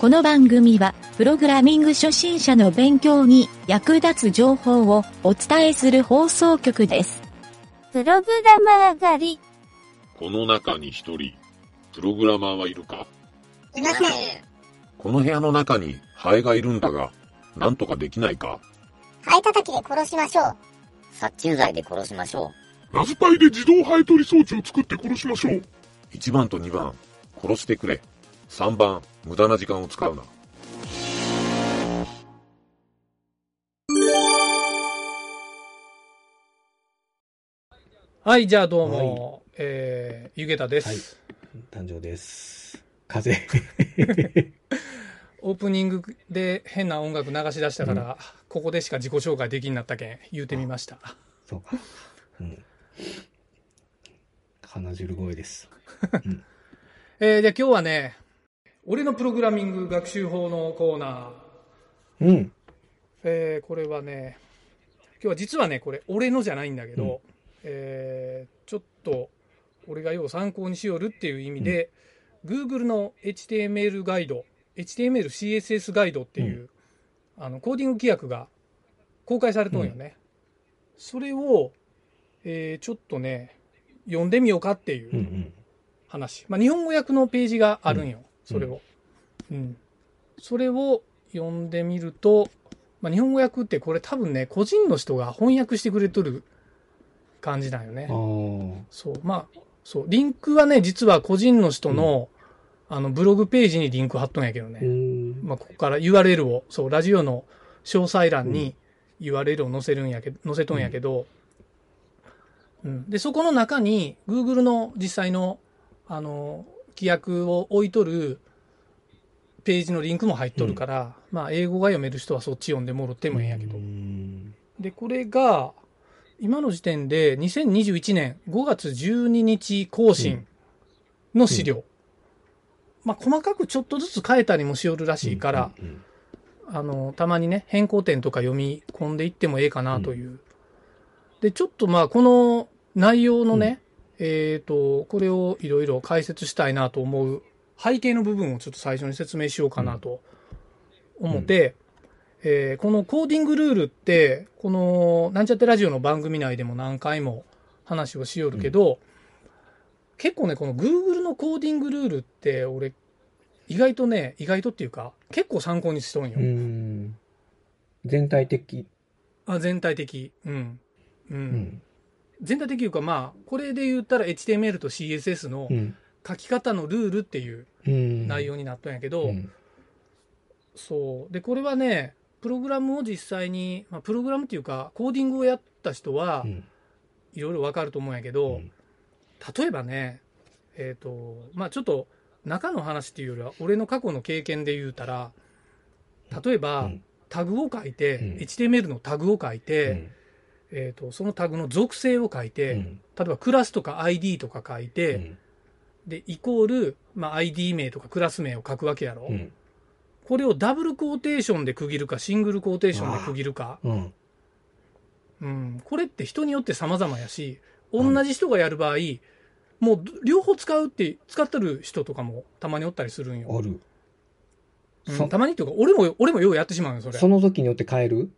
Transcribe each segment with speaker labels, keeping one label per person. Speaker 1: この番組は、プログラミング初心者の勉強に役立つ情報をお伝えする放送局です。
Speaker 2: プログラマー狩り。
Speaker 3: この中に一人、プログラマーはいるか
Speaker 4: いません。
Speaker 3: この部屋の中にハエがいるんだが、なんとかできないか
Speaker 4: ハエ叩きで殺しましょう。
Speaker 5: 殺虫剤で殺しましょう。
Speaker 3: ラズパイで自動ハエ取り装置を作って殺しましょう。1番と2番、殺してくれ。3番、無駄な時間を使うな。
Speaker 6: はい、じゃあどうも、えー、ゆげたです、
Speaker 7: 誕生です。風邪。
Speaker 6: オープニングで変な音楽流し出したから、ここでしか自己紹介できんなったけん、言うてみました。
Speaker 7: そうか。うん。鼻汁声です。
Speaker 6: えー、じゃあ今日はね、俺のプログラミング学習法のコーナー。
Speaker 7: うん。
Speaker 6: えー、これはね、今日は実はね、これ俺のじゃないんだけど、えーちょっと俺がよう参考にしよるっていう意味で、Google の HTML ガイド、HTML、CSS ガイドっていう、あのコーディング規約が公開されとんよね。それを、えーちょっとね、読んでみようかっていう
Speaker 7: うんうん。
Speaker 6: 話、まあ、日本語訳のページがあるんよ、それを、うんそれを読んでみると、まあ、日本語訳ってこれ多分ね個人の人が翻訳してくれとる感じなんよね
Speaker 7: あー
Speaker 6: そうまあそうリンクはね実は個人の人の,、あのブログページにリンク貼っとんやけどね、
Speaker 7: うーん。
Speaker 6: まあ、ここから URL を、そう、ラジオの詳細欄に URL を載せるんやけ、載せとんやけど、うん。で、そこの中に、Google の実際の、あの、規約を置いとるページのリンクも入っとるから、まあ、英語が読める人はそっち読んでもろってもええんやけど
Speaker 7: うー。ん
Speaker 6: で、これが、今の時点で2021年5月12日更新の資料。まあ、細かくちょっとずつ変えたりもしよるらしいから、
Speaker 7: うんうん
Speaker 6: あの、たまにね、変更点とか読み込んでいってもええかなという。で、ちょっとまあ、この内容のね、えっ、と、これをいろいろ解説したいなと思う背景の部分をちょっと最初に説明しようかなと思って、えーこのコーディングルールって、この、なんちゃってラジオの番組内でも何回も話をしよるけど、結構ね、この Google のコーディングルールって、俺、意外とね、意外とっていうか、結構参考にしとんよ。
Speaker 7: うんうーん。全体的。
Speaker 6: あ全体的、うんうん
Speaker 7: うん。
Speaker 6: 全体的いうかまあこれで言ったら HTML と CSS の
Speaker 7: うん。
Speaker 6: 書き方のルールっていう
Speaker 7: うん。
Speaker 6: 内容になったんやけど、
Speaker 7: うん
Speaker 6: そうでこれはねプログラムを実際に、まあ、プログラムっていうかコーディングをやった人は
Speaker 7: うん
Speaker 6: いろいろわかると思うんやけど、
Speaker 7: うん
Speaker 6: 例えばねえっ、とまあちょっと中の話っていうよりは俺の過去の経験で言うたら例えば、
Speaker 7: うん
Speaker 6: タグを書いて、
Speaker 7: うん
Speaker 6: HTML のタグを書いて、えー、とそのタグの属性を書いて、
Speaker 7: うん
Speaker 6: 例えばクラスとか ID とか書いうて、
Speaker 7: ん
Speaker 6: でイコール、まあ、ID 名とかクラス名を書くわけやろ、
Speaker 7: うん
Speaker 6: これをダブルコーテーションで区切るかシングルコーテーションで区切るか、
Speaker 7: うん。
Speaker 6: うん、これって人によって様々やし同じ人がやる場合もう両方使うって使ってる人とかもたまにおったりするんよ、
Speaker 7: ある。
Speaker 6: うん
Speaker 7: そ
Speaker 6: たまにっていうか俺も俺もようやってしまうよそれ
Speaker 7: その時によって変える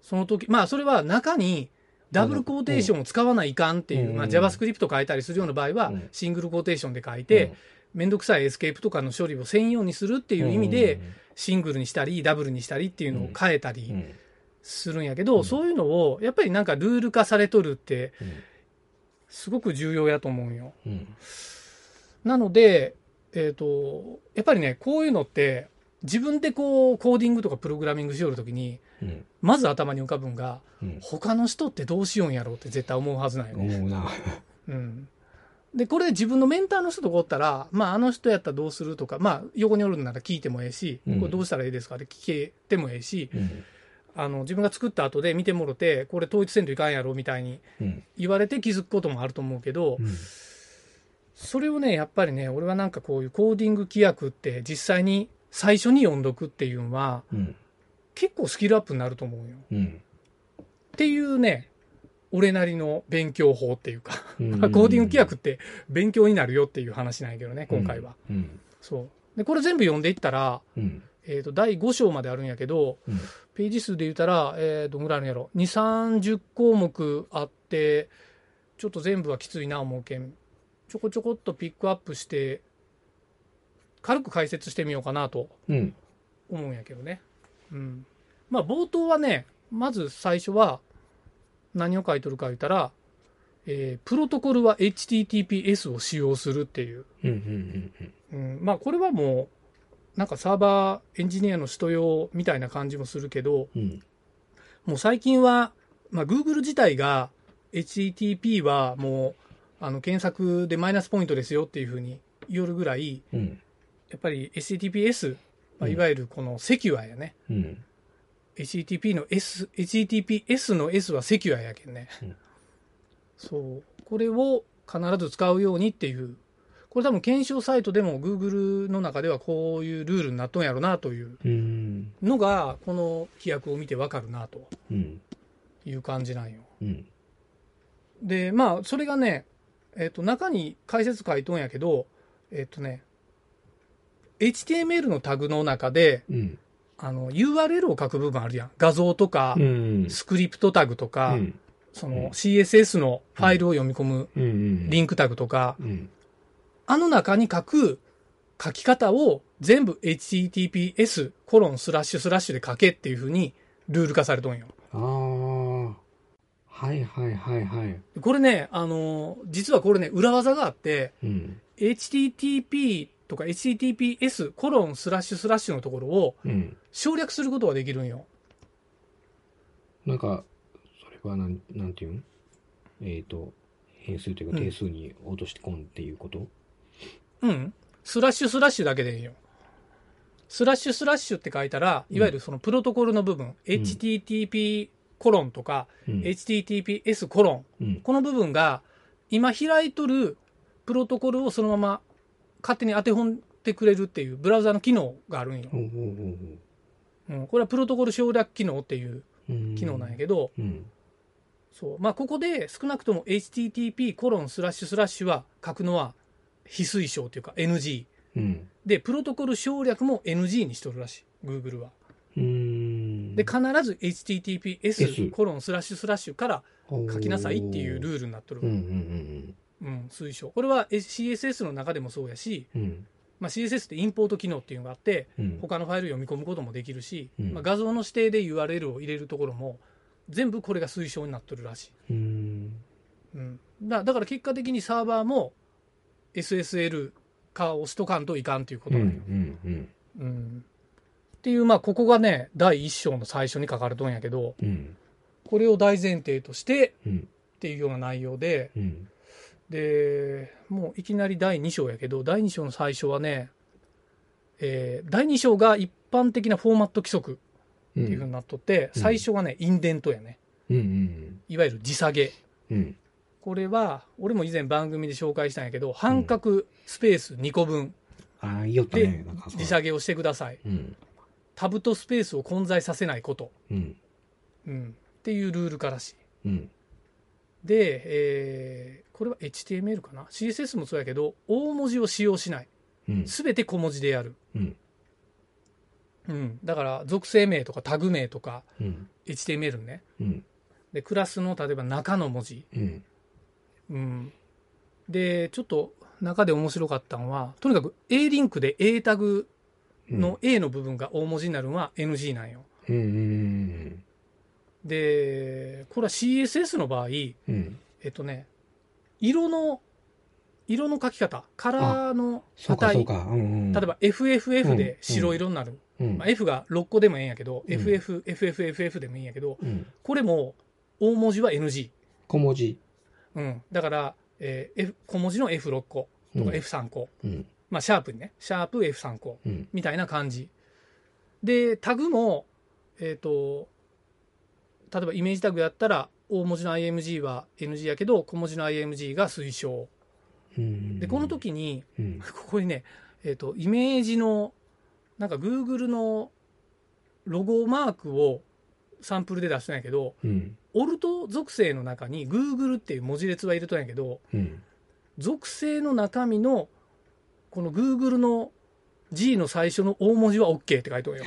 Speaker 6: その時まあそれは中にダブルコーテーションを使わないかんっていう、
Speaker 7: うん
Speaker 6: まあ、JavaScript 変えたりするような場合は、
Speaker 7: うん
Speaker 6: シングルコーテーションで書いて、、面倒くさいエスケープとかの処理を専用にするって
Speaker 7: て
Speaker 6: いう意味で、シングルにしたりダブルにしたりっていうのを変えた
Speaker 7: うんう
Speaker 6: り
Speaker 7: ん
Speaker 6: するんやけど、そういうのをやっぱりなんかルール化されとるってすごく重要やと思うんよ。
Speaker 7: うん
Speaker 6: なので、えー、とやっぱりねこういうのって自分でこうコーディングとかプログラミングしよるときに
Speaker 7: うん
Speaker 6: まず頭に浮かぶんが
Speaker 7: うん
Speaker 6: 他の人ってどうしようんやろうって絶対思うはずなんよね。
Speaker 7: 思うな。
Speaker 6: うん、でこれ自分のメンターの人とかおったら、まあ、あの人やったらどうするとか、まあ、横におるんなら聞いてもええし、
Speaker 7: うん
Speaker 6: これどうしたらいいですかって聞けてもええし
Speaker 7: うん
Speaker 6: あの自分が作った後で見てもろてこれ統一せんといかんやろみたいに
Speaker 7: うん
Speaker 6: 言われて気づくこともあると思うけど、
Speaker 7: うん
Speaker 6: それをねやっぱりね俺はなんかこういうコーディング規約って実際に最初に読んどくっていうのは
Speaker 7: うん
Speaker 6: 結構スキルアップになると思うよ。
Speaker 7: うん
Speaker 6: っていうね俺なりの勉強法っていうか
Speaker 7: うん
Speaker 6: まあコーディング規約って勉強になるよっていう話なんやけどね、今回は。
Speaker 7: うん
Speaker 6: そう。で、これ全部読んでいったら、
Speaker 7: うん。
Speaker 6: えー、と第5章まであるんやけど、
Speaker 7: うん
Speaker 6: ページ数で言ったら、えー、どんぐらいあるんやろ2 3 0項目あってちょっと全部はきついな思うけんちょこちょこっとピックアップして軽く解説してみようかなと
Speaker 7: うん。
Speaker 6: 思うんやけどね、うん、まあ冒頭はねまず最初は何を書いとるか言ったら、えープロトコルは HTTPS を使用するっていう
Speaker 7: うん。うん。うん。
Speaker 6: うん、まあこれはもうなんかサーバーエンジニアの人用みたいな感じもするけど
Speaker 7: うん。
Speaker 6: もう最近は、まあ、Google 自体が HTTP はもうあの検索でマイナスポイントですよっていうふうに言るぐらい
Speaker 7: うん。
Speaker 6: やっぱり HTTPS、まあ、
Speaker 7: うん
Speaker 6: いわゆるこのセキュアやね、
Speaker 7: うん。
Speaker 6: HTTP の S HTTPS の S はセキュアやけんね、
Speaker 7: うん
Speaker 6: そうこれを必ず使うようにっていうこれ多分検証サイトでも Google の中ではこういうルールになっとんやろなという
Speaker 7: うん。
Speaker 6: のがこの規約を見てわかるなと
Speaker 7: うん。
Speaker 6: いう感じなんよ
Speaker 7: うん。
Speaker 6: でまあそれがね、えっと中に解説書いとんやけどえっ、とね HTML のタグの中で
Speaker 7: うん。
Speaker 6: あの URL を書く部分あるやん画像とか、
Speaker 7: うん。
Speaker 6: スクリプトタグとか、
Speaker 7: うん。
Speaker 6: その CSS のファイルを読み込む
Speaker 7: うん。
Speaker 6: リンクタグとか、
Speaker 7: うん。
Speaker 6: あの中に書く書き方を全部 https コロンスラッシュスラッシュで書けっていう風にルール化されとんよ。
Speaker 7: ああ。はいはいはいはい。
Speaker 6: これね、あのー実はこれね、裏技があって、
Speaker 7: うん。
Speaker 6: http とか https コロンスラッシュスラッシュのところを
Speaker 7: うん。
Speaker 6: 省略することができるんよ。
Speaker 7: なんか、それはなん、なんていうんえっ、と、変数というか
Speaker 6: うん
Speaker 7: 定数に落とし込んでいうこと、
Speaker 6: うん。スラッシュスラッシュだけでいいよ。スラッシュスラッシュって書いたら、いわゆるそのプロトコルの部分、http コロンとか、
Speaker 7: うん、
Speaker 6: https コロ
Speaker 7: うん
Speaker 6: ン、この部分が、今開いとるプロトコルをそのまま勝手に当て本ってくれるっていう、ブラウザの機能があるんよ
Speaker 7: ほ。うほうほうほ
Speaker 6: うん、これはプロトコル省略機能っていう
Speaker 7: ううん
Speaker 6: 機能なんやけど、
Speaker 7: うん。
Speaker 6: そう。まあ、ここで少なくとも http コロンスラッシュスラッシュは書くのは非推奨というか NG。
Speaker 7: うん。
Speaker 6: で、プロトコル省略も NG にしとるらしい、Google は。
Speaker 7: うーん。
Speaker 6: で、必ず
Speaker 7: S
Speaker 6: https コロンスラッシュスラッシュから書きなさいっていうルールになっとる
Speaker 7: う
Speaker 6: わ
Speaker 7: んうん
Speaker 6: うん、推奨。これは CSS の中でもそうやし、
Speaker 7: うんうん。うん。
Speaker 6: まあ、CSS ってインポート機能っていうのがあって、
Speaker 7: うん。
Speaker 6: 他のファイルを読み込むこともできるし、
Speaker 7: うん
Speaker 6: まあ、画像の指定で URL を入れるところも、全部これが推奨になっとるらしい。
Speaker 7: うん。
Speaker 6: うん、だだから結果的にサーバーも SSL 化をしとかんといかんというこ
Speaker 7: う
Speaker 6: と
Speaker 7: ん。う
Speaker 6: なんよ。
Speaker 7: ん。うん。
Speaker 6: うんっていう、まあ、ここがね、第一章の最初に書かれとんやけど、
Speaker 7: うん。
Speaker 6: これを大前提として
Speaker 7: うん。
Speaker 6: っていうような内容で、
Speaker 7: うん。
Speaker 6: で、もういきなり第2章やけど、第2章の最初はね、えー第2章が一般的なフォーマット規則
Speaker 7: う
Speaker 6: っていうふうに
Speaker 7: ん。
Speaker 6: なっとって、
Speaker 7: うん
Speaker 6: 最初はね、インデントやね。
Speaker 7: うん。
Speaker 6: いわゆる地下げ。
Speaker 7: うん。
Speaker 6: これは、俺も以前番組で紹介したんやけど、半角スペース2個分
Speaker 7: ああ、いいよったね。なんか
Speaker 6: 地下げをしてください。
Speaker 7: うん。
Speaker 6: タブとスペースを混在させないこと。
Speaker 7: うん。
Speaker 6: うん。っていうルールからしい。
Speaker 7: うん。
Speaker 6: で、えーこれは HTML かな ?CSS もそうやけど、大文字を使用しない。
Speaker 7: うん。
Speaker 6: すべて小文字でやる。
Speaker 7: うん。
Speaker 6: うん。だから、属性名とかタグ名とか、
Speaker 7: うん。
Speaker 6: HTML ね。
Speaker 7: うん。
Speaker 6: で、クラスの、例えば中の文字。
Speaker 7: うん。
Speaker 6: うん。で、ちょっと中で面白かったのは、とにかく A リンクで A タグの A の部分が大文字になるのは NG なんよ。
Speaker 7: うん。うん。
Speaker 6: で、これは CSS の場合、え
Speaker 7: うん。
Speaker 6: っとね、色の、色の書き方、カラーの
Speaker 7: そうか
Speaker 6: 値、
Speaker 7: そう
Speaker 6: 例
Speaker 7: か。うん。
Speaker 6: えば FFF で白色になる。
Speaker 7: うん
Speaker 6: まあ、F が6個でもええんやけど、
Speaker 7: うん
Speaker 6: FF、FFFF でもいいんやけど、
Speaker 7: うん。
Speaker 6: これも大文字は NG。
Speaker 7: 小文字。
Speaker 6: うん。だから、えー F 小文字の F6 個とか F3 個。
Speaker 7: うん。
Speaker 6: まあ、シャープにね、シャープ F3 個
Speaker 7: うん。
Speaker 6: みたいな感じ。で、タグも、えっ、と、例えばイメージタグやったら、大文字の IMG は NG やけど、小文字の IMG が推奨。
Speaker 7: うん。
Speaker 6: で、この、時に、
Speaker 7: うん。
Speaker 6: ここにね、えっ、と、イメージの、なんか Google のロゴマークをサンプルで出したんやけど、
Speaker 7: うん。
Speaker 6: オルト属性の中に Google っていう文字列は入れとんやけど、
Speaker 7: うん。
Speaker 6: 属性の中身のこの Google の G の最初の大文字は OK って書いておるよ。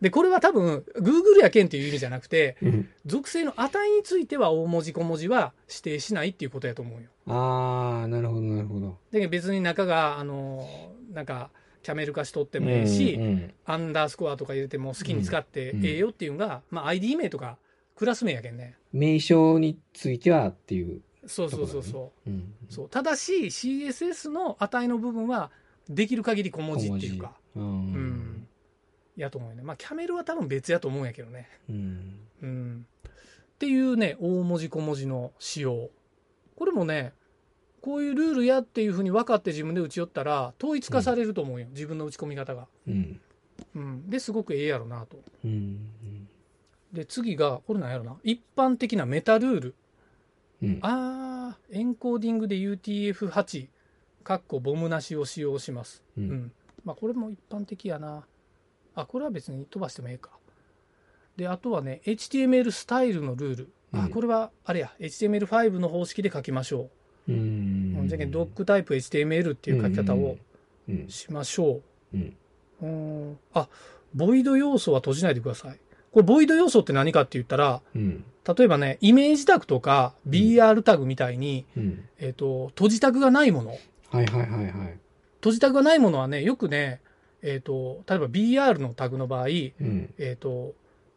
Speaker 6: で、これは多分、Google やけんっていう意味じゃなくて、
Speaker 7: うん
Speaker 6: 属性の値については大文字小文字は指定しないっていうことやと思うよ。
Speaker 7: あー、なるほど、なるほど。
Speaker 6: で別に中が、あの、なんか、キャメル化しとってもええし、
Speaker 7: うんうん
Speaker 6: アンダースコアとか入れても好きに使ってええよっていうのが、まあ ID 名とかクラス名やけんね。
Speaker 7: 名称についてはっていう。
Speaker 6: そうそうそうそう。
Speaker 7: うん、
Speaker 6: そうただし CSS の値の部分はできる限り小文字っていうか、
Speaker 7: 小文字。う
Speaker 6: うんん。、やと思うよねまあキャメルは多分別やと思うんやけどね、
Speaker 7: うん。
Speaker 6: うん、っていうね大文字小文字の仕様これもねこういうルールやっていうふうに分かって自分で打ち寄ったら統一化されると思うよ、自分の打ち込み方が、
Speaker 7: うん。
Speaker 6: うん、ですごくええやろなと
Speaker 7: うん。
Speaker 6: で次がこれなんやろな一般的なメタルール
Speaker 7: うん。
Speaker 6: あーエンコーディングで UTF8 かっこボムなしを使用します
Speaker 7: う。
Speaker 6: うんん。まあ、これも一般的やな。あ、これは別に飛ばしてもええか。で、あとはね、HTML スタイルのルール。
Speaker 7: う
Speaker 6: あ
Speaker 7: ん、
Speaker 6: これは、あれや、HTML5 の方式で書きましょ
Speaker 7: う。
Speaker 6: う。うんん、じゃけんドックタイプ HTML っていう書き方を
Speaker 7: うん。
Speaker 6: しましょ
Speaker 7: うん。
Speaker 6: う。うん。あ、ボイド要素は閉じないでください。これ、ボイド要素って何かって言ったら、
Speaker 7: うん。
Speaker 6: 例えばね、イメージタグとか
Speaker 7: ん
Speaker 6: BR タグみたいに、
Speaker 7: うん。
Speaker 6: えっ、と、閉じタグがないもの。
Speaker 7: はいはいはいはい。
Speaker 6: 閉じタグがないものはね、よくね、えっ、と、例えば BR のタグの場合、
Speaker 7: うん。
Speaker 6: えっ、と、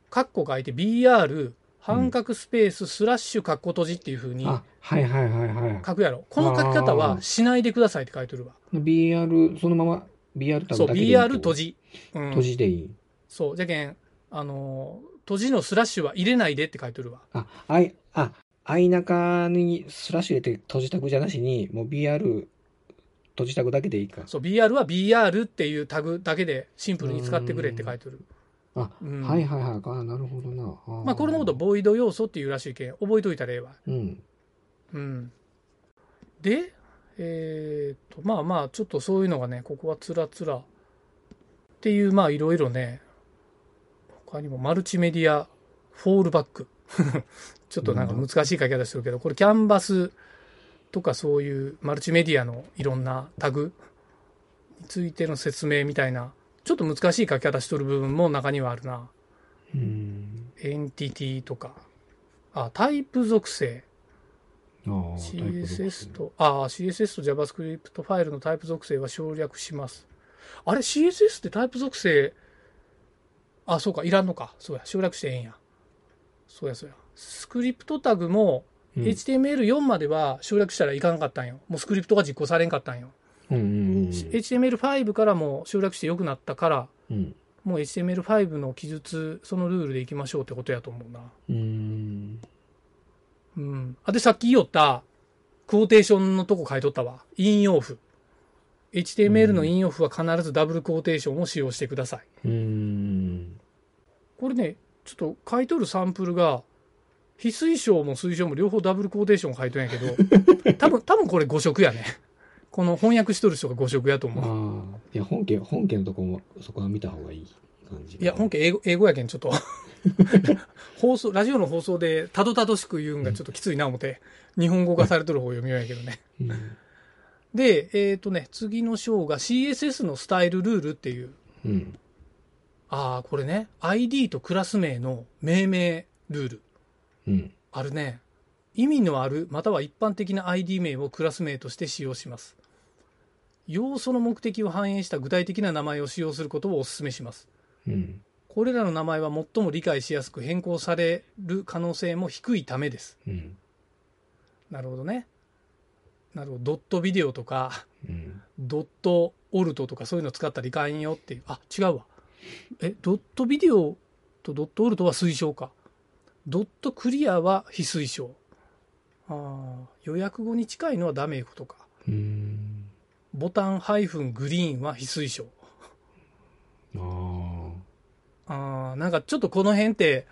Speaker 6: カッコが開いて BR、半角スペース、スラッシュ、カッコ閉じっていう風に
Speaker 7: あ、はいはいはいはい。
Speaker 6: 書くやろ。この書き方
Speaker 7: あ
Speaker 6: は
Speaker 7: ー
Speaker 6: しないでくださいって書いてるわ。
Speaker 7: BR、そのまま BR タ
Speaker 6: そ
Speaker 7: グ
Speaker 6: う、
Speaker 7: だけでいいってこと
Speaker 6: BR 閉。じ。うん
Speaker 7: 閉じでいい。
Speaker 6: そう、じゃけん、あのー閉じのスラッシュは入れないでって書いてるわ。
Speaker 7: あ、あい、あ、あいなかにスラッシュ入れて閉じタグじゃなしに、もう BR 閉じタグだけでいいか。
Speaker 6: そう、BR は BR っていうタグだけでシンプルに使ってくれって書いてる。
Speaker 7: あ、
Speaker 6: うん
Speaker 7: はいはいはい。あ、なるほどな。
Speaker 6: まあ、これのこと、ボイド要素っていうらしいけん、覚えといたらええわ。
Speaker 7: うん。
Speaker 6: うん。で、えーっと、まあまあ、ちょっとそういうのがね、ここはつらつらっていう、まあいろいろね、他にもマルチメディア、フォールバック。ちょっとなんか難しい書き方してるけど、これキャンバスとかそういうマルチメディアのいろんなタグについての説明みたいな、ちょっと難しい書き方しとる部分も中にはあるな。
Speaker 7: うん。
Speaker 6: エンティティとか、あ、タイプ属性。
Speaker 7: ああ、タイプ属性
Speaker 6: CSS。と、ああ、CSS と JavaScript ファイルのタイプ属性は省略します。あれ、CSS ってタイプ属性、あ、そうか、いらんのか。そうや、省略してええんや。そうや、そうや。スクリプトタグも、
Speaker 7: うん
Speaker 6: HTML4 までは省略したらいかんかったんよ。もうスクリプトが実行されんかったんよ。
Speaker 7: うんうんうん。
Speaker 6: し HTML5 からも省略して良くなったから、
Speaker 7: うん。
Speaker 6: もう HTML5 の記述、そのルールでいきましょうってことやと思うな。
Speaker 7: うん。
Speaker 6: うん。あ、で、さっき言おった、クォーテーションのとこ書いとったわ。引用符。HTML の引用符は必ずダブルクォーテーションを使用してください。
Speaker 7: うん。
Speaker 6: これね、ちょっと書いとるサンプルが、非推奨も推奨も両方ダブルクォーテーション書いとんやけど、多分、多分これ誤色やね。この翻訳しとる人が誤色やと
Speaker 7: あ
Speaker 6: 思う。
Speaker 7: あ、いや、本家、本家のとこも、そこは見た方がいい感じ。
Speaker 6: いや、本家英語英語やけん、ちょっと。放送、ラジオの放送でたどたどしく言うんがちょっときついな思って、日本語化されとる方読みようやけどね。
Speaker 7: うん。
Speaker 6: で、えっ、とね、次の章が CSS のスタイルルールっていう、
Speaker 7: うん。
Speaker 6: ああ、これね、ID とクラス名の命名ルール。
Speaker 7: うん。
Speaker 6: あるね。意味のある、または一般的な ID 名をクラス名として使用します。要素の目的を反映した具体的な名前を使用することをお勧めします。
Speaker 7: うん。
Speaker 6: これらの名前は最も理解しやすく変更される可能性も低いためです。
Speaker 7: うん。
Speaker 6: なるほどね。なるほど。ドットビデオとか、
Speaker 7: うん。
Speaker 6: ドットオルトとかそういうの使ったらいかんよっていう。あ、違うわ。え、ドットビデオとドットオルトは推奨か。ドットクリアは非推奨。ああ、予約後に近いのはダメいうことか。
Speaker 7: うん。
Speaker 6: ボタンハイフングリーンは非推奨。
Speaker 7: ああ。
Speaker 6: ああ、なんかちょっとこの辺って、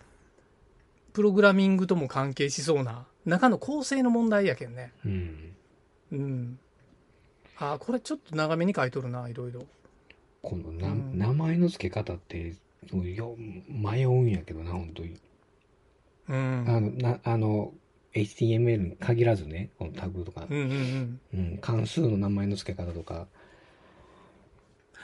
Speaker 6: プログラミングとも関係しそうな、中の構成の問題やけんね。
Speaker 7: うん。
Speaker 6: うん。ああ、これちょっと長めに書いとるな、いろいろ。
Speaker 7: このな、
Speaker 6: うん
Speaker 7: 名前の付け方って、もうよ迷うんやけどな、本当に。
Speaker 6: う
Speaker 7: あ
Speaker 6: ん。
Speaker 7: の、な、あの、HTML に限らずね、このタグとか
Speaker 6: うんう、んうん。
Speaker 7: うん、関数の名前の付け方とか、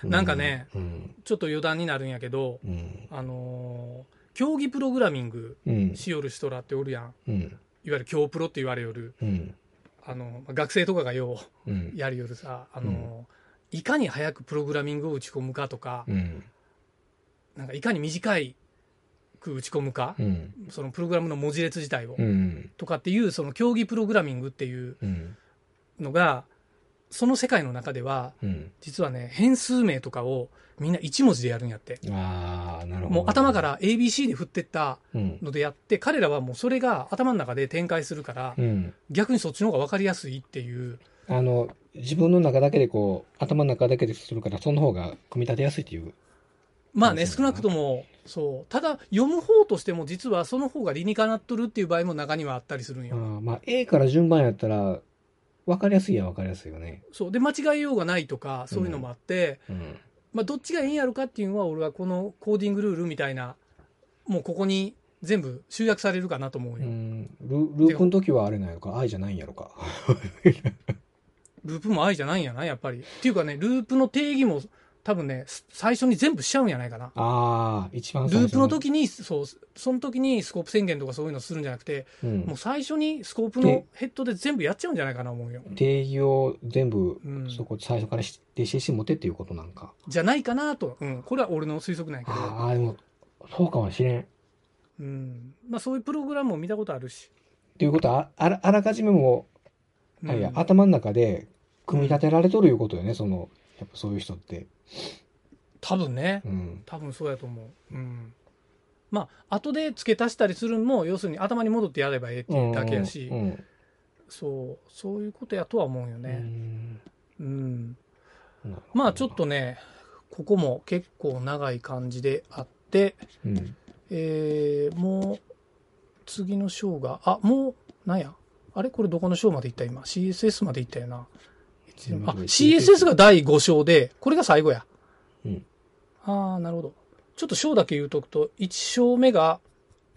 Speaker 6: なんかね、
Speaker 7: うん、
Speaker 6: ちょっと余談になるんやけど、
Speaker 7: うん、
Speaker 6: あのー競技プログラミング
Speaker 7: うん、
Speaker 6: しよる人らっておるやん。
Speaker 7: うん、
Speaker 6: いわゆる競プロって言われよる。
Speaker 7: うん、
Speaker 6: あの、学生とかがよ
Speaker 7: うん、うん
Speaker 6: う、やるよるさ、あのーいかに早くプログラミングを打ち込むかとか、
Speaker 7: うん、
Speaker 6: なんかいかに短いく打ち込むか、
Speaker 7: うん、
Speaker 6: そのプログラムの文字列自体を、
Speaker 7: うん、
Speaker 6: とかっていう、その競技プログラミングっていう
Speaker 7: うん、
Speaker 6: のが、その世界の中では、
Speaker 7: うん、
Speaker 6: 実はね、変数名とかをみんな1文字でやるんやって。
Speaker 7: ああ、なるほど。
Speaker 6: もう頭か、ら ABC で振ってった
Speaker 7: うん、
Speaker 6: のでやって、彼らはもうそれが頭の中で展開するから
Speaker 7: う、ん。
Speaker 6: 逆にそっちの方が分かりやすいっていう、
Speaker 7: あの、自分の中だけでこう、頭の中だけでするから、その方が組み立てやすいっていう。
Speaker 6: まあね、
Speaker 7: そ
Speaker 6: 少
Speaker 7: うですね
Speaker 6: なくとも、そう。ただ、読む方としても実はその方が理にかなっとるっていう場合も中にはあったりするん
Speaker 7: あ
Speaker 6: よ。
Speaker 7: ーまあ、A から順番やったら、わかりやすいやわかりやすいよね。
Speaker 6: そう。で、間違えようがないとか、そういうのもあって、
Speaker 7: うん。
Speaker 6: まあ、どっちがええんやろかっていうのは、俺はこのコーディングルールみたいな、もうここに全部集約されるかなと思う
Speaker 7: う
Speaker 6: よ。
Speaker 7: ん、ルループの時はあれなんやろか、愛じゃないんやろか。
Speaker 6: ループも愛じゃないんやな、やっぱり。っていうかね、ループの定義も多分ね、す最初に全部しちゃうんやないかな。
Speaker 7: ああ、一番
Speaker 6: ル
Speaker 7: 最
Speaker 6: ー
Speaker 7: 初
Speaker 6: プの、時に、そう、その時にスコープ宣言とかそういうのするんじゃなくて、
Speaker 7: うん
Speaker 6: もう最初にスコープのヘッドで全部やっちゃうんじゃないかな思うよ。
Speaker 7: 定義を全部、
Speaker 6: うん
Speaker 7: そこ最初から指定して持てっていうことなんか。
Speaker 6: じゃないかなと。うん。これは俺の推測なんやけど。
Speaker 7: ああ、でも、そうかもしれん。
Speaker 6: うん。まあそういうプログラムも見たことあるし。
Speaker 7: ということは、ああらあらかじめも
Speaker 6: う
Speaker 7: う、
Speaker 6: ん
Speaker 7: あいや、頭の中で組み立てられとるいうことよね、その、やっぱそういう人って。
Speaker 6: 多分ね。
Speaker 7: うん。
Speaker 6: 多分そうやと思う。うん。まあ、後で付け足したりするのも、要するに頭に戻ってやればええっていうだけやし、
Speaker 7: うん
Speaker 6: そう、そういうことやとは思うよ
Speaker 7: う
Speaker 6: ね。
Speaker 7: ん
Speaker 6: うん。
Speaker 7: なるほど
Speaker 6: まあちょっとね、ここも結構長い感じであって、
Speaker 7: うん
Speaker 6: えー、もう、次の章が、あ、もう、なんや。あれこれどこの章まで行った今。CSS まで行ったよな。あ、CSS が第5章で、これが最後や。
Speaker 7: うん
Speaker 6: ああ、なるほど。ちょっと章だけ言うとくと、1章目が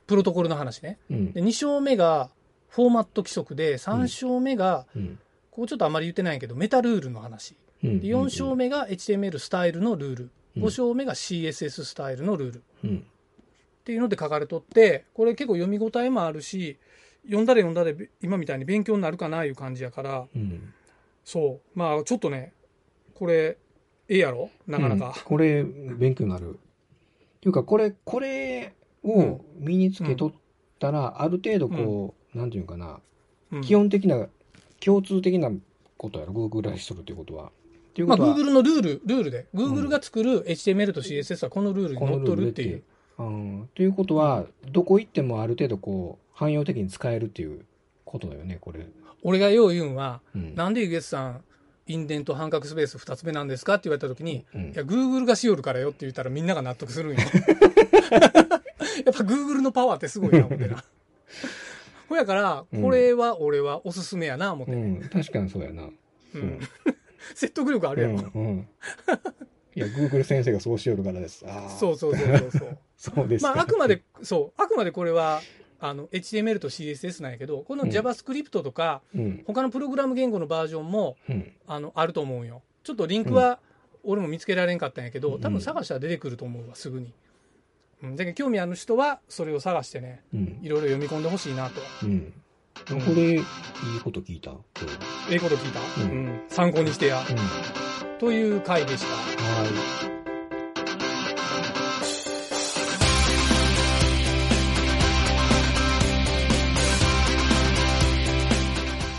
Speaker 6: プロトコルの話ね。
Speaker 7: うん
Speaker 6: で、2章目がフォーマット規則で、3章目が、
Speaker 7: うん
Speaker 6: ここちょっとあまり言ってないけど、メタルールの話。
Speaker 7: うん
Speaker 6: で、4章目が HTML スタイルのルール。
Speaker 7: うん
Speaker 6: 5章目が CSS スタイルのルール。
Speaker 7: うん
Speaker 6: っていうので書かれとって、これ結構読み応えもあるし、読んだら読んだで今みたいに勉強になるかないう感じやから、
Speaker 7: うん
Speaker 6: そう。まあちょっとね、これ、ええやろなかな
Speaker 7: うん
Speaker 6: か。
Speaker 7: これ勉強になるっていうかこれこれを身につけとったらある程度こうなんていうかな
Speaker 6: うん
Speaker 7: 基本的な共通的なことやろ Google らしとるっていうことはっていう
Speaker 6: ま
Speaker 7: こ
Speaker 6: あ
Speaker 7: とは
Speaker 6: Google のルール、ルールで。
Speaker 7: う
Speaker 6: Google
Speaker 7: ん
Speaker 6: が作る HTML と CSS はこのルールに
Speaker 7: この
Speaker 6: 乗っと
Speaker 7: ルー
Speaker 6: る
Speaker 7: ル
Speaker 6: っていう。
Speaker 7: うんということはどこ行ってもある程度こう汎用的に使えるっていうことだよねこれ
Speaker 6: 俺がよう言うんは、
Speaker 7: うん
Speaker 6: なんで US さん、インデント半角スペース2つ目なんですかって言われた時に、
Speaker 7: うん
Speaker 6: いや、Google がしよるからよって言ったらみんなが納得す るんよ。やっぱ Google のパワーってすごいな、思って な。ほやから、これは俺はおすすめやな、思っ
Speaker 7: う
Speaker 6: て。
Speaker 7: ん確かにそうやな
Speaker 6: う
Speaker 7: うん
Speaker 6: 説得力あるや
Speaker 7: うん
Speaker 6: ろ。
Speaker 7: うんいや Google 先生がそうしよるからですああ
Speaker 6: そうそうそうそうそう。
Speaker 7: そう です
Speaker 6: ま
Speaker 7: か
Speaker 6: あ、あくまで、そう、あくまでこれは、あの、HTML と CSS なんやけど、この
Speaker 7: うん
Speaker 6: JavaScript とか、
Speaker 7: うん
Speaker 6: 他のプログラム言語のバージョンも、
Speaker 7: うん
Speaker 6: あの、あると思うんよ。ちょっとリンクは、俺も見つけられんかったんやけど、多
Speaker 7: う
Speaker 6: 分
Speaker 7: ん
Speaker 6: 探したら出てくると思うわ、すぐに。うん。だけど興味ある人は、それを探してね、
Speaker 7: うん
Speaker 6: いろいろ読み込んでほしいなと。
Speaker 7: うん
Speaker 6: うん
Speaker 7: これいいこと聞いた今日
Speaker 6: ええこと聞いた。う
Speaker 7: うん
Speaker 6: ん。参考にしてや。
Speaker 7: うん
Speaker 6: という回でした。
Speaker 7: はい